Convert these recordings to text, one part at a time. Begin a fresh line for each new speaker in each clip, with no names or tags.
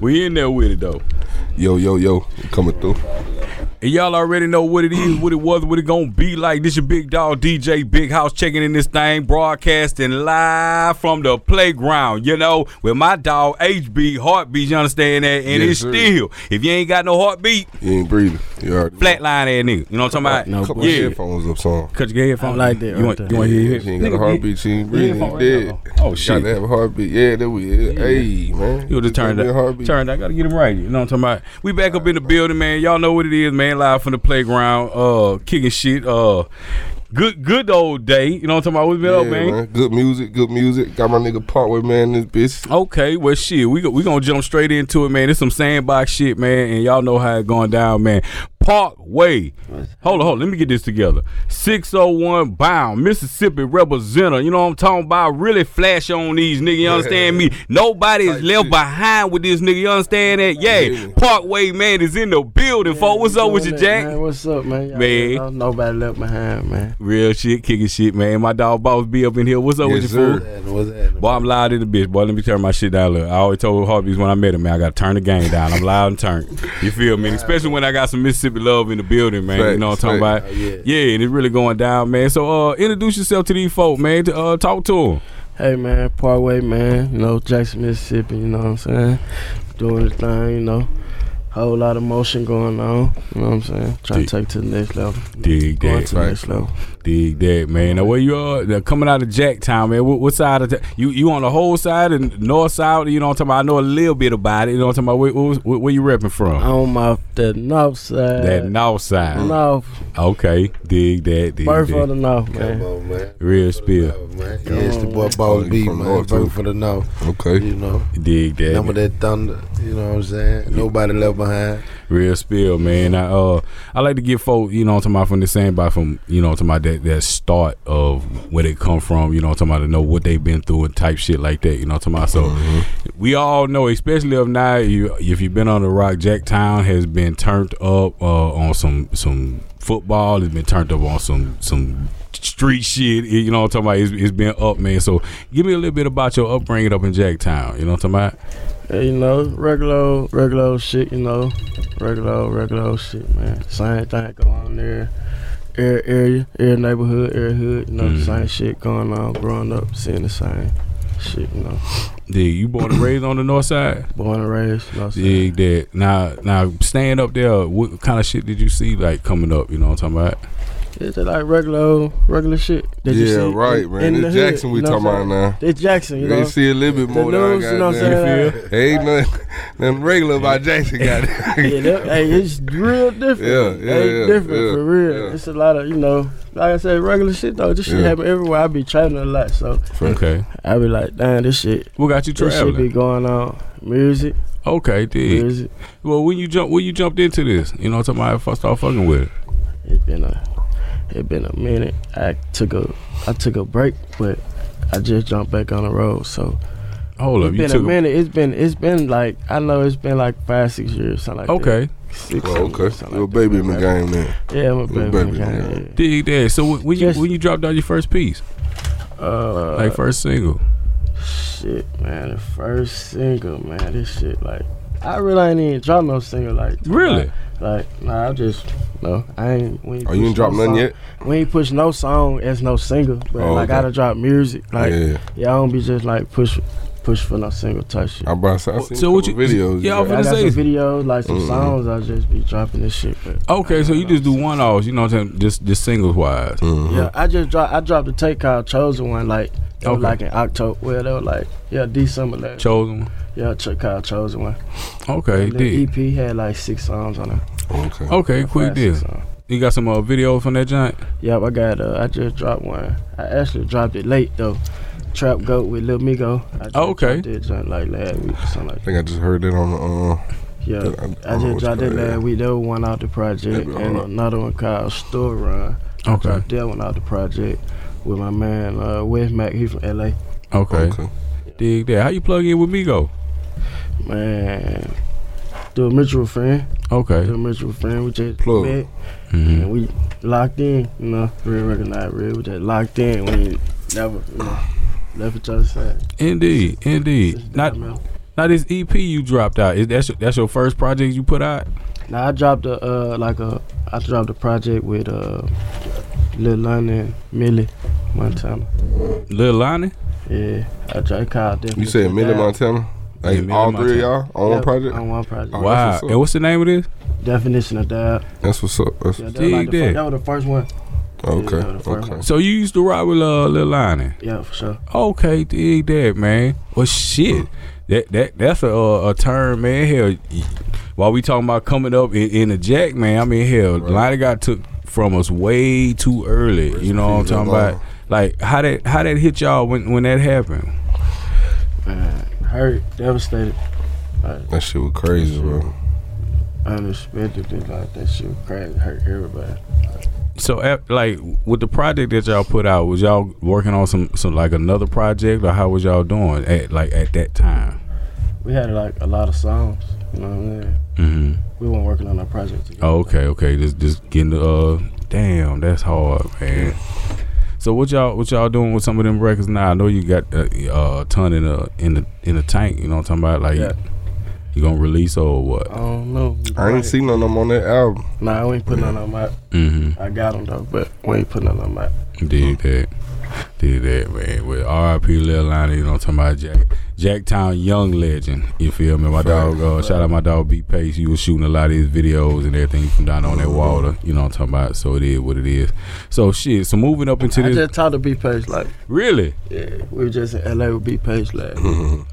We in there with it though.
Yo, yo, yo, coming through.
And y'all already know what it is, what it was, what it gonna be like. This your big dog DJ Big House checking in this thing, broadcasting live from the playground, you know, with my dog HB heartbeat, you understand that? And
Yes,
it's
sir.
still, if you ain't got no heartbeat,
You ain't breathing. You already
flatline that nigga. You know what I'm talking
No,
about?
Couple
Yeah.
headphones up, song.
Cut your headphones.
I like that
You
right
want,
there.
you want to hear it?
She ain't got a
Nigga,
heartbeat. She ain't breathing.
headphone
Dead.
right now. Oh, shit.
Got to have a heartbeat. Yeah, there we is. Hey, man.
You just turned
give me a
that.
heartbeat.
Turned. I gotta get him right. You know what I'm talking about. We back up in the building, man. Y'all know what it is, man. Live from the playground, uh, kicking shit. Uh, good, good old day. You know what I'm talking about. We been up,
Yeah,
man.
Good music. Good music. Got my nigga Punk with man. This bitch.
Okay, well, shit, we go, we gonna jump straight into it, man. It's some sandbox shit, man, and y'all know how it going down, man. Parkway, hold on, hold on, let me get this together. Six oh one bound, Mississippi representative. You know what I'm talking about? Really flash on these niggas. You understand me? Nobody is
Type
left
shit.
behind with this nigga. You understand that? Yeah,
Yeah.
Parkway man is in the building, folks. What's up with you,
Doing that,
Jack?
Man, what's up, man? Y'all
Man.
know Nobody left behind, man.
Real shit, kicking shit, man. My dog boss be up in here. What's up with
Yes,
you, fool?
sir.
What's happening?
Boy, I'm loud in the bitch. Boy, let me turn my shit down. Look, I always told Harvey's when I met him, man, I gotta turn the game down. I'm loud and turned. You feel me? And especially when I got some Mississippi love in the building, man. you know what I'm talking
Facts, Oh,
about?
facts.
yeah. and it's really going down, man. So, uh, introduce yourself to these folk, man. To, uh, talk to them.
Hey, man, Parkway, man. You know, Jackson, Mississippi. You know what I'm saying? Doing the thing, you know. Whole lot of motion going on. You know what I'm saying? Trying
Dig.
to take it to the next level.
Dig
Going
that,
to the next level.
dig that, man. Now, where you are now, coming out of Jacktown, man? What, what side of ta- you? You on the whole side and north side? You know what I'm talking about? I know a little bit about it. You know what I'm talking about? Where, where, where, where you repping from?
On my the north side.
that north side.
north.
Okay, dig that. Dig
Birth
that.
of the north,
Come
man.
on, man.
Real spill.
Oh, man. Yeah, it's the boy
Oh,
Ball
you
B,
from
man.
North,
Birth
too.
for the North.
Okay.
You know,
Dig that.
number that thunder. You know what I'm saying? Nobody left behind.
Real spill, man. I uh I like to give folk, you know, to my from the sandbox from, you know, to my that that start of where they come from, you know, to my to know what they've been through and type shit like that, you know, to my so we all know, especially of now, you if you've been on the rock, Jacktown has been turned up uh on some some football, it's been turned up on some some street shit, you know what I'm talking about? It's, it's been up, man. So give me a little bit about your upbringing up in Jacktown, you know what I'm talking about?
Yeah, you know, regular, old- regular old shit. You know, regular, old- regular old shit, man. Same thing going on there. Every area, every neighborhood, every hood. You know,
Mm-hmm.
Mhm.
the same shit going on. Growing up, seeing the same shit. You know,
Dig, you born and raised on the north side?
born and raised. You know, what I'm saying?
Dig that. Now, now, staying up there, what kind of shit did you see like coming up? You know what I'm talking about?
it's just like regular, old, regular shit. That you
Yeah,
see
right,
in-
man.
in the
It's
hood,
Jackson we
you know
talking
what I'm
about now.
saying? It's Jackson, you
They
know.
see a little bit
The
more than
news,
I
you know
got
what I'm
there.
saying?
Ain't nothing, nothing regular about Jackson got it.
yeah, that, hey, it's real different.
Yeah, yeah,
Hey,
yeah,
different
yeah,
for real.
yeah.
It's a lot of you know, like I said, regular shit though. This shit
Yeah.
happen everywhere. I be traveling a lot, so
Okay.
I be like, damn, this shit,
What got you
this shit be
traveling?
going on. Music,
Okay, dig.
music.
Well, when you jump, when you jumped into this, you know what I'm talking about? If I start fucking with it.
It's been a, it been a minute. I took a, I took a break, but I just jumped back on the road. So
Hold up,
it's
you
been a
took. a-
minute. It's been, it's been like I know it's been like five, six years, something like that.
Okay,
Six,
Oh,
seven years,
okay.
something
Little
like
baby
that.
in the game then.
Yeah, I'm a
Little
baby.
baby in the game.
dig that. So when- when you
Just-
when you dropped out your first piece,
yeah. Uh,
like first single,
Shit, man, the first single, man, this shit like I really ain't even dropped no single like
really?
like nah I just no I ain't we ain't
Oh, you
push
ain't dropped
no
nothing
song-
yet?
We ain't push no song as no single, but
Oh,
like I
okay.
gotta drop music. Like yeah.
yeah.
I don't be just like push push for no single type shit.
I bought some I seen
So what
couple
you-
videos.
y'all
yeah.
I got some
say- Mm-hmm.
videos, like some
Mhm.
songs I just be dropping this shit, but
Okay, so you just do one offs, you know what I'm saying? Just just singles wise.
Mhm.
Yeah, I just dropped I dropped a take called Chosen One like that was
Okay.
like in October well they were like yeah, December last
Chosen one.
yeah, Ch- called Chosen One.
Okay,
And the
dig.
EP had like six songs on it.
Mm-hmm. Okay.
Okay, quick
Five,
deal.
six songs.
You got some uh, videos from that giant?
Yep, I got. Uh, I just dropped one. I actually dropped it late though. Trap Goat with Lil Migo. I just
Oh, Okay.
dropped that joint like last week or something like
I
that.
think I just heard that on the uh,
Yeah,
I- I don't
I,
Oh,
know
just
what
dropped
you
that
call that.
last week. That was one out the project,
Maybe, I don't
and
know.
another one called Store Run. I
Okay.
dropped that one out the project with my man uh, West Mac. He from LA.
Okay,
okay.
dig that. How you plug in with Migo?
Man, through a mutual friend.
Okay.
Through a mutual friend, we just
Plug.
met.
Mhm.
And we locked in, you know, real recognized, real. We just locked in. We ain't never, you know, left each other's side.
Indeed, indeed. Not
man.
Now this EP you dropped out, is that's that's your first project you put out?
Now I dropped a uh, like a I dropped a project with uh Lil Lonnie and Millie Montana.
Lil Lonnie?
Yeah, I tried called them.
You said Millie Montana? Like
Yeah, Millie
all three of
Montana.
y'all on one project?
On one project.
Oh,
wow.
that's what's up.
and what's the name of this?
Definition of dab.
That's what's up. That's
Yeah, that, was
Dig
like the
that.
fir- that was the first one.
okay.
that was the first
okay.
one.
So you used to ride with uh, Lil Lonnie.
Yeah, for sure.
Okay, dig that, man. Well, shit, that that that's a uh, a term, man. Hell, y- while we talking about coming up in, in the jack, man. I mean, hell,
Right.
Lonnie got took from us way too early. you know what I'm talking about? Like how that how that hit y'all when when that happened?
Man, hurt, devastated.
That shit was crazy, bro.
Unexpectedly, like that shit was crazy. Hurt everybody.
So at, like with the project that y'all put out, was y'all working on some some like another project or how was y'all doing at like at that time?
We had like a lot of songs. You know what I mean?
Mm-hmm.
We weren't working on our project together.
Oh, okay, okay. Just just getting the uh damn, that's hard, man. So what y'all what y'all doing with some of them records now? I know you got uh, uh, a ton in the in the in the tank, you know what I'm talking about? Like
Yeah.
you gonna release or what?
I don't know.
I ain't seen none of them on that album.
Nah, we ain't putting none on my.
Mm-hmm.
I got them though, but we ain't putting none on my.
Did that. Did that, man. With R.I.P. Lil Lonnie, you know what I'm talking about? Jack Jacktown Young Legend. You feel me? My dog, uh, shout out my dog B Pace. You was shooting a lot of his videos and everything from down on
Mm-hmm.
that water. You know what I'm talking about? So it is what it is. So shit, so moving up into
I
this
just talked to B Page like,
Really?
yeah, we were just in LA with B Page like.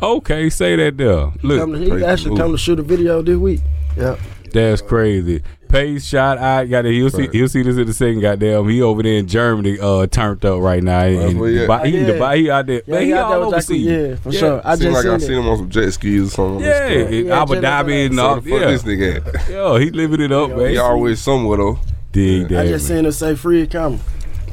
Okay, say that there.
Come
Look,
to, he actually come to shoot a video this week. Yeah,
that's crazy. Pace shot I got it. He'll see.
Right.
He'll see this in a second. Goddamn, he over there in Germany, uh, turned up right now.
That's
in
where he at.
Dubai. He in
Yeah.
Dubai. He out there.
yeah,
man, he,
he out there
all
with
over
Jackie-
sea.
Yeah, for
Yeah.
sure. I
Seems
just
like I
seen
seen
it.
him on some jet skis or something.
Yeah,
Where the
in
Yeah,
Abu
Jimmy
Dhabi and all.
fuck
Yeah,
this nigga at?
yo, he living it up, man.
He always somewhere though.
dig that.
I just
man.
seen her say free camera.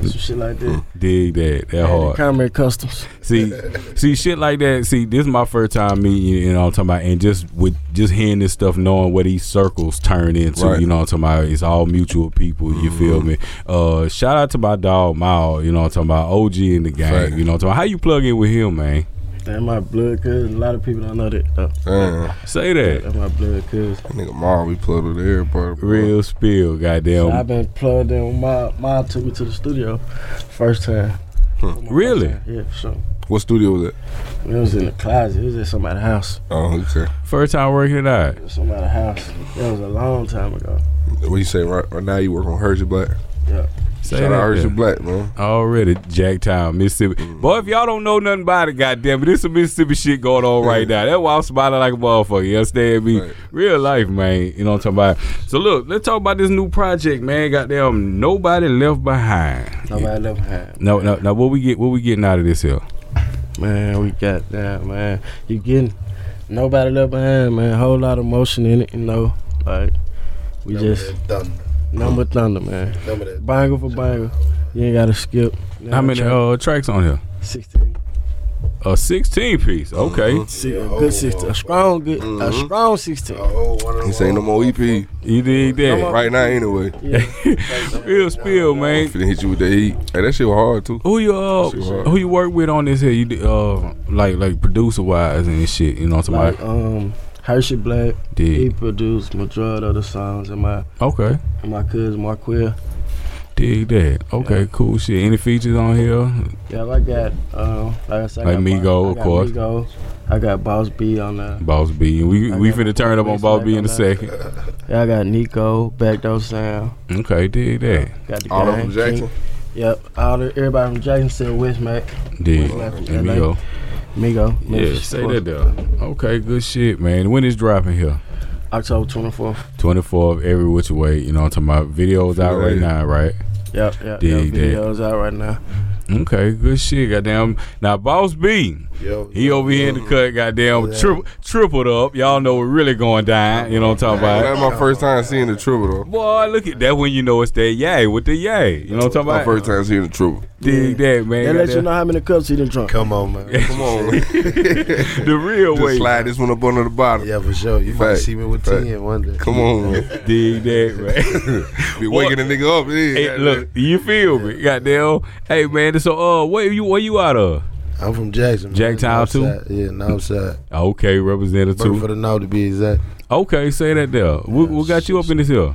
Some shit like that.
dig that. That
Oh,
hard.
camera customs.
See, see, shit like that. See, this is my first time meeting you. You know what I'm talking about, and just with just hearing this stuff, knowing what these circles turn into.
Right.
You know what I'm talking about. It's all mutual people. You feel me? Uh, shout out to my dog Mao. You know what I'm talking about. OG in the game.
Fact.
You know what I'm talking about. How you plug in with him, man?
That my blood cuz. A lot of people don't know that. though.
Damn,
Say that.
That my blood cuz.
that nigga Mar, we plugged with everybody. bro.
Real spill,
So I've
goddamn.
been plugged in. My mom took me to the studio first time.
Really?
Yeah, for sure.
What studio was that?
It was in the closet. It was at somebody's house.
Oh, okay.
First time working it out.
It was somebody's house. That was a long time ago.
What you say right, right now? You work on Hershey Black.
Say
Shout
that.
out Hershey
there.
Black, man.
Already, Jacktown, Mississippi. Boy, if y'all don't know nothing about it, goddamn it, this some Mississippi shit going on right now. That's why I'm smiling like a motherfucker. You understand me?
Right.
Real life, man. You know what I'm talking about? So look, let's talk about this new project, man. Goddamn, nobody left behind.
Nobody left behind.
No, no, no. What we get? What we getting out of this here?
Man, we got that, man. You getting nobody left behind, man. Whole lot of motion in it, you know. Like we
Number
just
that thunder.
number thunder, man.
Number that.
Bangle for bangle. You ain't gotta skip.
How many uh, tracks on here?
Sixteen.
A 16 piece. Okay.
Six, a
Yeah, oh,
good sixteen. A strong good a
Mhm.
strong sixteen.
Oh, one of
This ain't no more EP
You dig that?
more-
right now, anyway.
Yeah.
Real spill,
I'm
man.
finna hit you with the heat. Hey, that shit was hard too.
Who you uh,
Sure.
who you work with on this here? You d- uh like like producer wise and shit. You know what I'm talking
Like
about?
um Hershey Black, he
Dig.
produced majority of the songs and my
Okay.
and my cousin Marquel.
Dig that. Okay,
Yeah.
cool shit. Any features on here?
Yeah, I got um like I said, I
Like
got
Migo,
Bo- I
of
got
course.
Migo. I got Boss B on there.
Boss B. We
I
we
got
finna turn up on Boss B in a
somebody
second.
Yeah, I got Nico, Backdoor Sound,
Okay, dig that.
got the
All of
gang,
them Jackson.
King. Yep, all the everybody from Jackson said West Mac,
Dig.
West Mac from
There we
LA,
go.
Migo.
Yeah,
Memphis,
say
of
that
course.
though. Okay, good shit, man. When is dropping here?
October twenty fourth.
24 of every which way. You know what I'm talking about? Videos out right
Yeah.
now, right?
Yep, yep,
Dig
yep.
that.
Videos out right now.
Okay, good shit. Goddamn. Now, Boss B,
Yo,
he over here in the cut, goddamn,
Yeah.
tri- tripled up. Y'all know we're really going down. You know what I'm talking about?
That's my first time seeing the trouble though.
Boy, look at that when you know it's that yay with the yay. You know what I'm talking
My
about?
first time seeing the trouble.
Dig that, man.
They let you
Goddamn.
know how many cups he done drunk.
Come on, man.
Come on, man.
the real
Just
way.
slide this one up under the bottom.
Yeah, for sure. You might
Fact.
see me with
Fact.
ten one day.
Come on, man.
Dig that, man.
Be
What?
waking the nigga up. Yeah,
hey, look, you feel me? Goddamn. Hey, man. So, uh, where you where you out of?
I'm from Jackson. man.
Jacktown, too?
Northside. Yeah, Northside.
Okay, representative
Birth for
too.
the North to be exact.
Okay, say that there. What, what got you up in this here?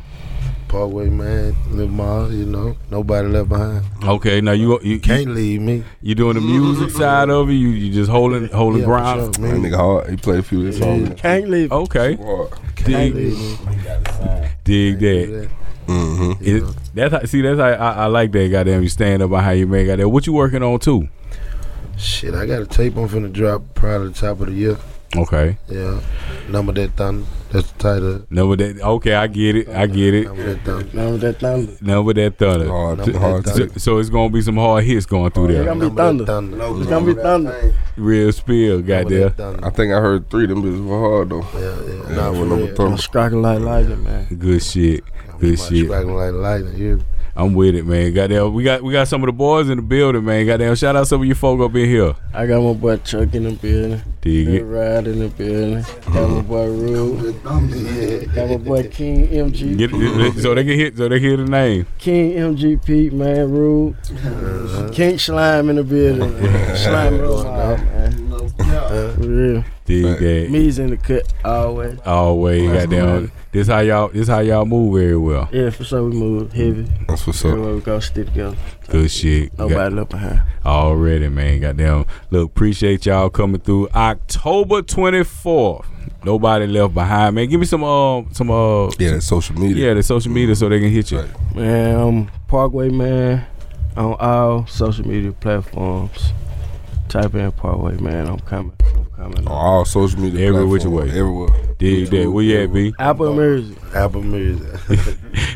Parkway man, little mall. You know, nobody left behind.
Okay, now you you
Can't leave me.
you doing the music side of it? You you just holding holding
Yeah, for
ground.
sure,
That
man.
nigga hard. He played a few of his songs.
Can't leave.
Okay,
Can't
dig
leave me.
dig
Can't
that.
do
Mm-hmm.
that, you
It-
know.
that's how, see that's how I, I like that. Goddamn, you stand up on how you make out there. What you working on too?
Shit, I got a tape I'm finna drop probably the top of the year.
Okay,
Yeah, number that thunder. That's the title.
number that. Okay, I get it. I get it.
Number that thunder.
Remember that thunder.
Number that thunder.
Hard,
Number
hard.
that
So,
tape.
so it's gonna be some hard hits going through
Yeah.
there.
Gonna be
Number that
thunder.
thunder.
It's gonna be thunder.
Real spill,
Number
goddamn.
that thunder.
I think I heard three of them bitches were hard though.
Yeah, yeah.
Yeah,
Nah,
with
for
number
real.
thunder.
I'm striking like lightning, man.
Good shit.
I'm
Good
about
shit.
Striking like lightning. You
I'm with it, man. Goddamn, we got we got some of the boys in the building, man. Goddamn, shout out some of you folk up in here.
I got my boy Chuck in the building.
Dig
Big
it.
Ride in the building. Got my boy Rue. Got my boy King MG.
Get it, so they can hit. So they can hear the name.
King MGP, man. Rue. King Slime in the building. Slime Rule, man. For real.
Dig
Right.
that.
Me's in the cut always.
Always,
That's
goddamn.
right.
This how y'all. This how y'all move very well.
Yeah, for sure we move heavy.
That's what's up.
Everywhere we go, stick together.
Good shit. We got-
Nobody left behind.
Already, man. Goddamn. Look, appreciate y'all coming through. October 24th. Nobody left behind, man. Give me some uh some uh
Yeah, that social media.
yeah, the social media so they can hit you.
Right.
Man, I'm Parkway Man on all social media platforms. Type in Parkway Man, I'm coming. I'm
On
coming.
all social media.
Every
platforms,
which way.
Everywhere.
Dig that. Where you at, B?
Apple Music.
Apple Music.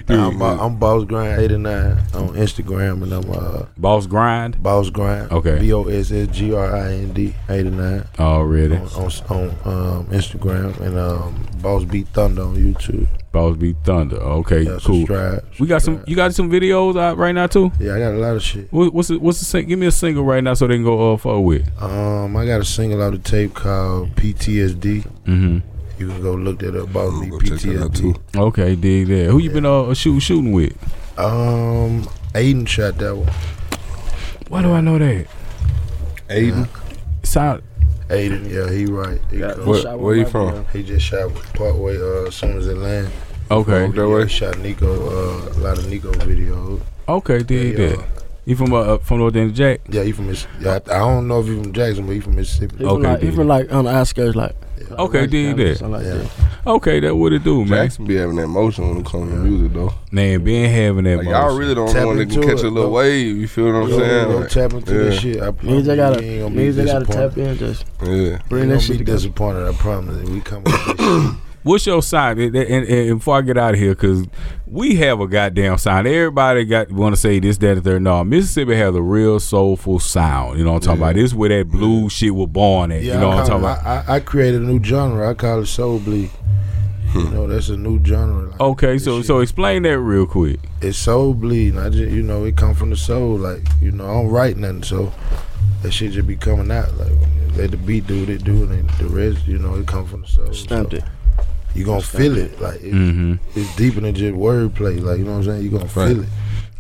I'm, Bo- I'm Boss Grind 89 on Instagram and I'm uh,
Boss grind.
Boss Grind.
Okay.
B O S S G R I N D 89 on,
Already.
on, on um, Instagram and um, Boss Beat Thunder on YouTube.
Boss beat thunder. Okay,
Yeah,
cool.
subscribe,
We got some. You got some videos out right now too.
Yeah, I got a lot of shit.
What, what's the, what's the sing- give me a single right now so they can go uh fuck with.
Um, I got a single out of tape called PTSD.
Mm-hmm.
You can go look that up about me.
Go check that out too.
PTSD.
Okay, dig that. Who you been uh shoot, shooting with?
Um, Aiden shot that one.
Why do I know that?
Aiden.
Sound
Aiden, yeah, he right. He, come-
What- where you from?
he just shot Parkway uh, as soon as it landed.
okay.
Over that way.
Yeah, shot Nico, uh, a lot of Nico videos.
Okay, dig
Yeah,
that. You from uh up from North End Jack?
Yeah, he from Mississippi. I, I don't know if he from Jackson, but he from
Oh,
Mississippi.
Even
Okay,
like,
dig
even
it.
like on the outskirts, like
Okay, dig
County,
that.
something like
Yeah.
that.
Okay, that what it do, man.
Jackson be having that motion when it comes to music though.
Man, been having that.
Like, y'all
motion.
really don't
Tap
want to
into
catch
it,
a little
bro.
wave. You feel what I'm
Yo,
saying?
yo,
Like,
tap into
yeah.
this shit. I promise.
Niggas that gotta,
you ain't gonna be
niggas that gotta tap
disappointed.
in, just
yeah.
You
bring
ain't
that
gonna
shit
be
together.
disappointed. I promise. We come up with this shit.
What's your sign? And, and- and before I get out of here, because we have a goddamn sound. Everybody got want to say this, that, and third. No, Mississippi has a real soulful sound. You know what I'm talking about? This is where that blue shit was born at.
Yeah,
you know
I,
what I'm
call
talking
it-
about?
I, I, I created a new genre. I call it soul bleed. You
Hmm.
know, that's a new genre. Like,
Oh.
Okay,
this
so
shit.
so explain that real quick.
it's soul bleeding. I just, you know, it come from the soul. Like, you know, I don't write nothing, so that shit just be coming out. Like, let the beat do what it do, and then the rest, you know, it come from the soul.
stamped
so
it.
You gonna feel it. Like, it,
Mm.
Mm-hmm.
it's deeper than just wordplay. Like, you know what I'm saying? You gonna feel it.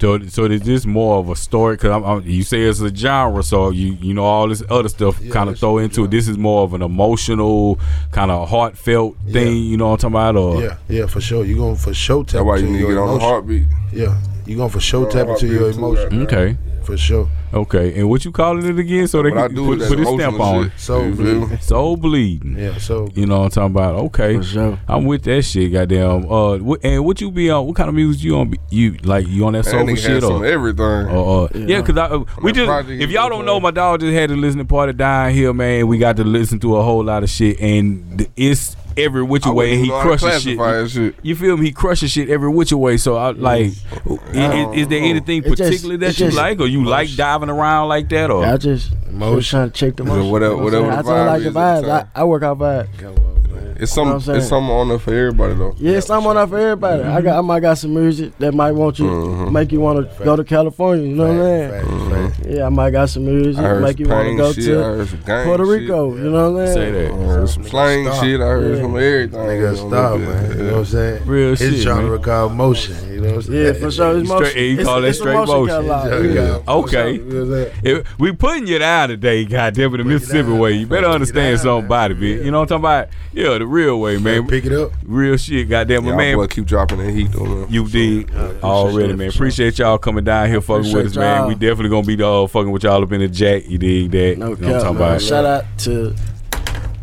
So so is this more of a story? Because I'm, I'm, you say it's a genre, so you you know all this other stuff
Yeah,
kind of
it's
throw
a
into it.
genre.
This is more of an emotional kind of heartfelt
Yeah.
thing. You know what I'm talking about? Or
Yeah, yeah, for sure. You gonna for sure tap
That's why
into
you need to
your
get on the
emotion.
heartbeat.
Yeah, you gonna for sure
Bro,
tap into
heartbeat
your
too,
emotion
okay.
for sure.
Okay, and what you calling it again? So they
What I
can
do
put,
is
put
that
a stamp on it.
So
So feel?
Soul bleeding.
Yeah, so
You know what I'm talking about? Okay,
For sure.
I'm with that shit. Goddamn. Uh, what, and what you be on? What kind of music you on? Be- You like you on that
That
soulful
nigga had
shit
some
or?
everything.
Or, uh,
Yeah.
yeah, cause I, uh, we
that
just
project
if
is
y'all
so
don't know,
fun.
my dog just had a listening party down here, man. We got to listen to a whole lot of shit, and th- it's every which
I
way.
wouldn't
and He
know how to
crushes shit.
classify that shit.
You feel me? He crushes shit every which way. So I like. i- i- Is, there
know.
anything
It just-
particular
it
that you
just-
like, or you like diving around like that, or?
I just, just
Emotion.
trying to check the
So
motion.
whatever-
you know what I'm
whatever
saying? I
the
just like
vibe
the
is at the
vibes. I,
time.
I work out vibes.
come on, man.
It's
You know
some.
what I'm
it's
saying?
something on there for everybody though.
Yeah, it's not one out for everybody. I got I might got some music that might want you
Mm-hmm.
Mhm.
make you want to go to California. You know what I'm saying?
Mm-hmm.
Yeah, I might got some
I
music
heard
make
some
you want to
pain
go
shit. I
to
heard some gang
Puerto
shit.
Rico. You know what I'm
Say
saying?
I
that.
heard some slang
Stop.
shit. I heard
Yeah.
some everything.
Nigga,
you know,
stop,
yeah.
man. You know what I'm saying?
Real
His
shit,
genre
man.
called motion. You know what I'm saying?
Yeah, for sure.
Straight-
It's motion.
you
it's-
call that
it's a
straight motion.
Genre
catalog.
called motion,
Okay.
You know what I'm saying?
If we putting you down today, goddamn it, the
Break it
Mississippi
down,
way.
man.
You better
Break it
understand
down, man.
somebody, bitch. You know what I'm talking about? Yeah, the real way, man.
Pick it up.
Real shit, goddamn it,
Y'all
man.
boy keep dropping that heat though. Man.
You did already, man. Appreciate y'all coming down here, fucking with us,
Appreciate
man.
y'all.
We definitely gonna be the uh, fucking with y'all up in the jack. You dig that?
No
you know what I'm
cap,
talking
man.
about?
Shout out to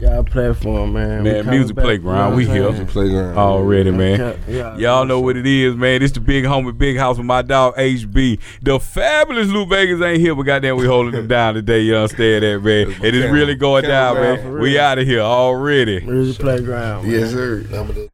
y'all platform, man. We
Man,
coming
Music
back,
Playground,
you know
we
what I'm
here.
saying?
playground
Already,
No
man.
cap. Yeah,
Y'all know what it is, man. It's the big homie, big house with my dog HB. The fabulous Lou Vegas ain't here, but goddamn, we holding them down today. You understand that, man? It is really going down, man. We out of here already.
Music Playground. man.
sir.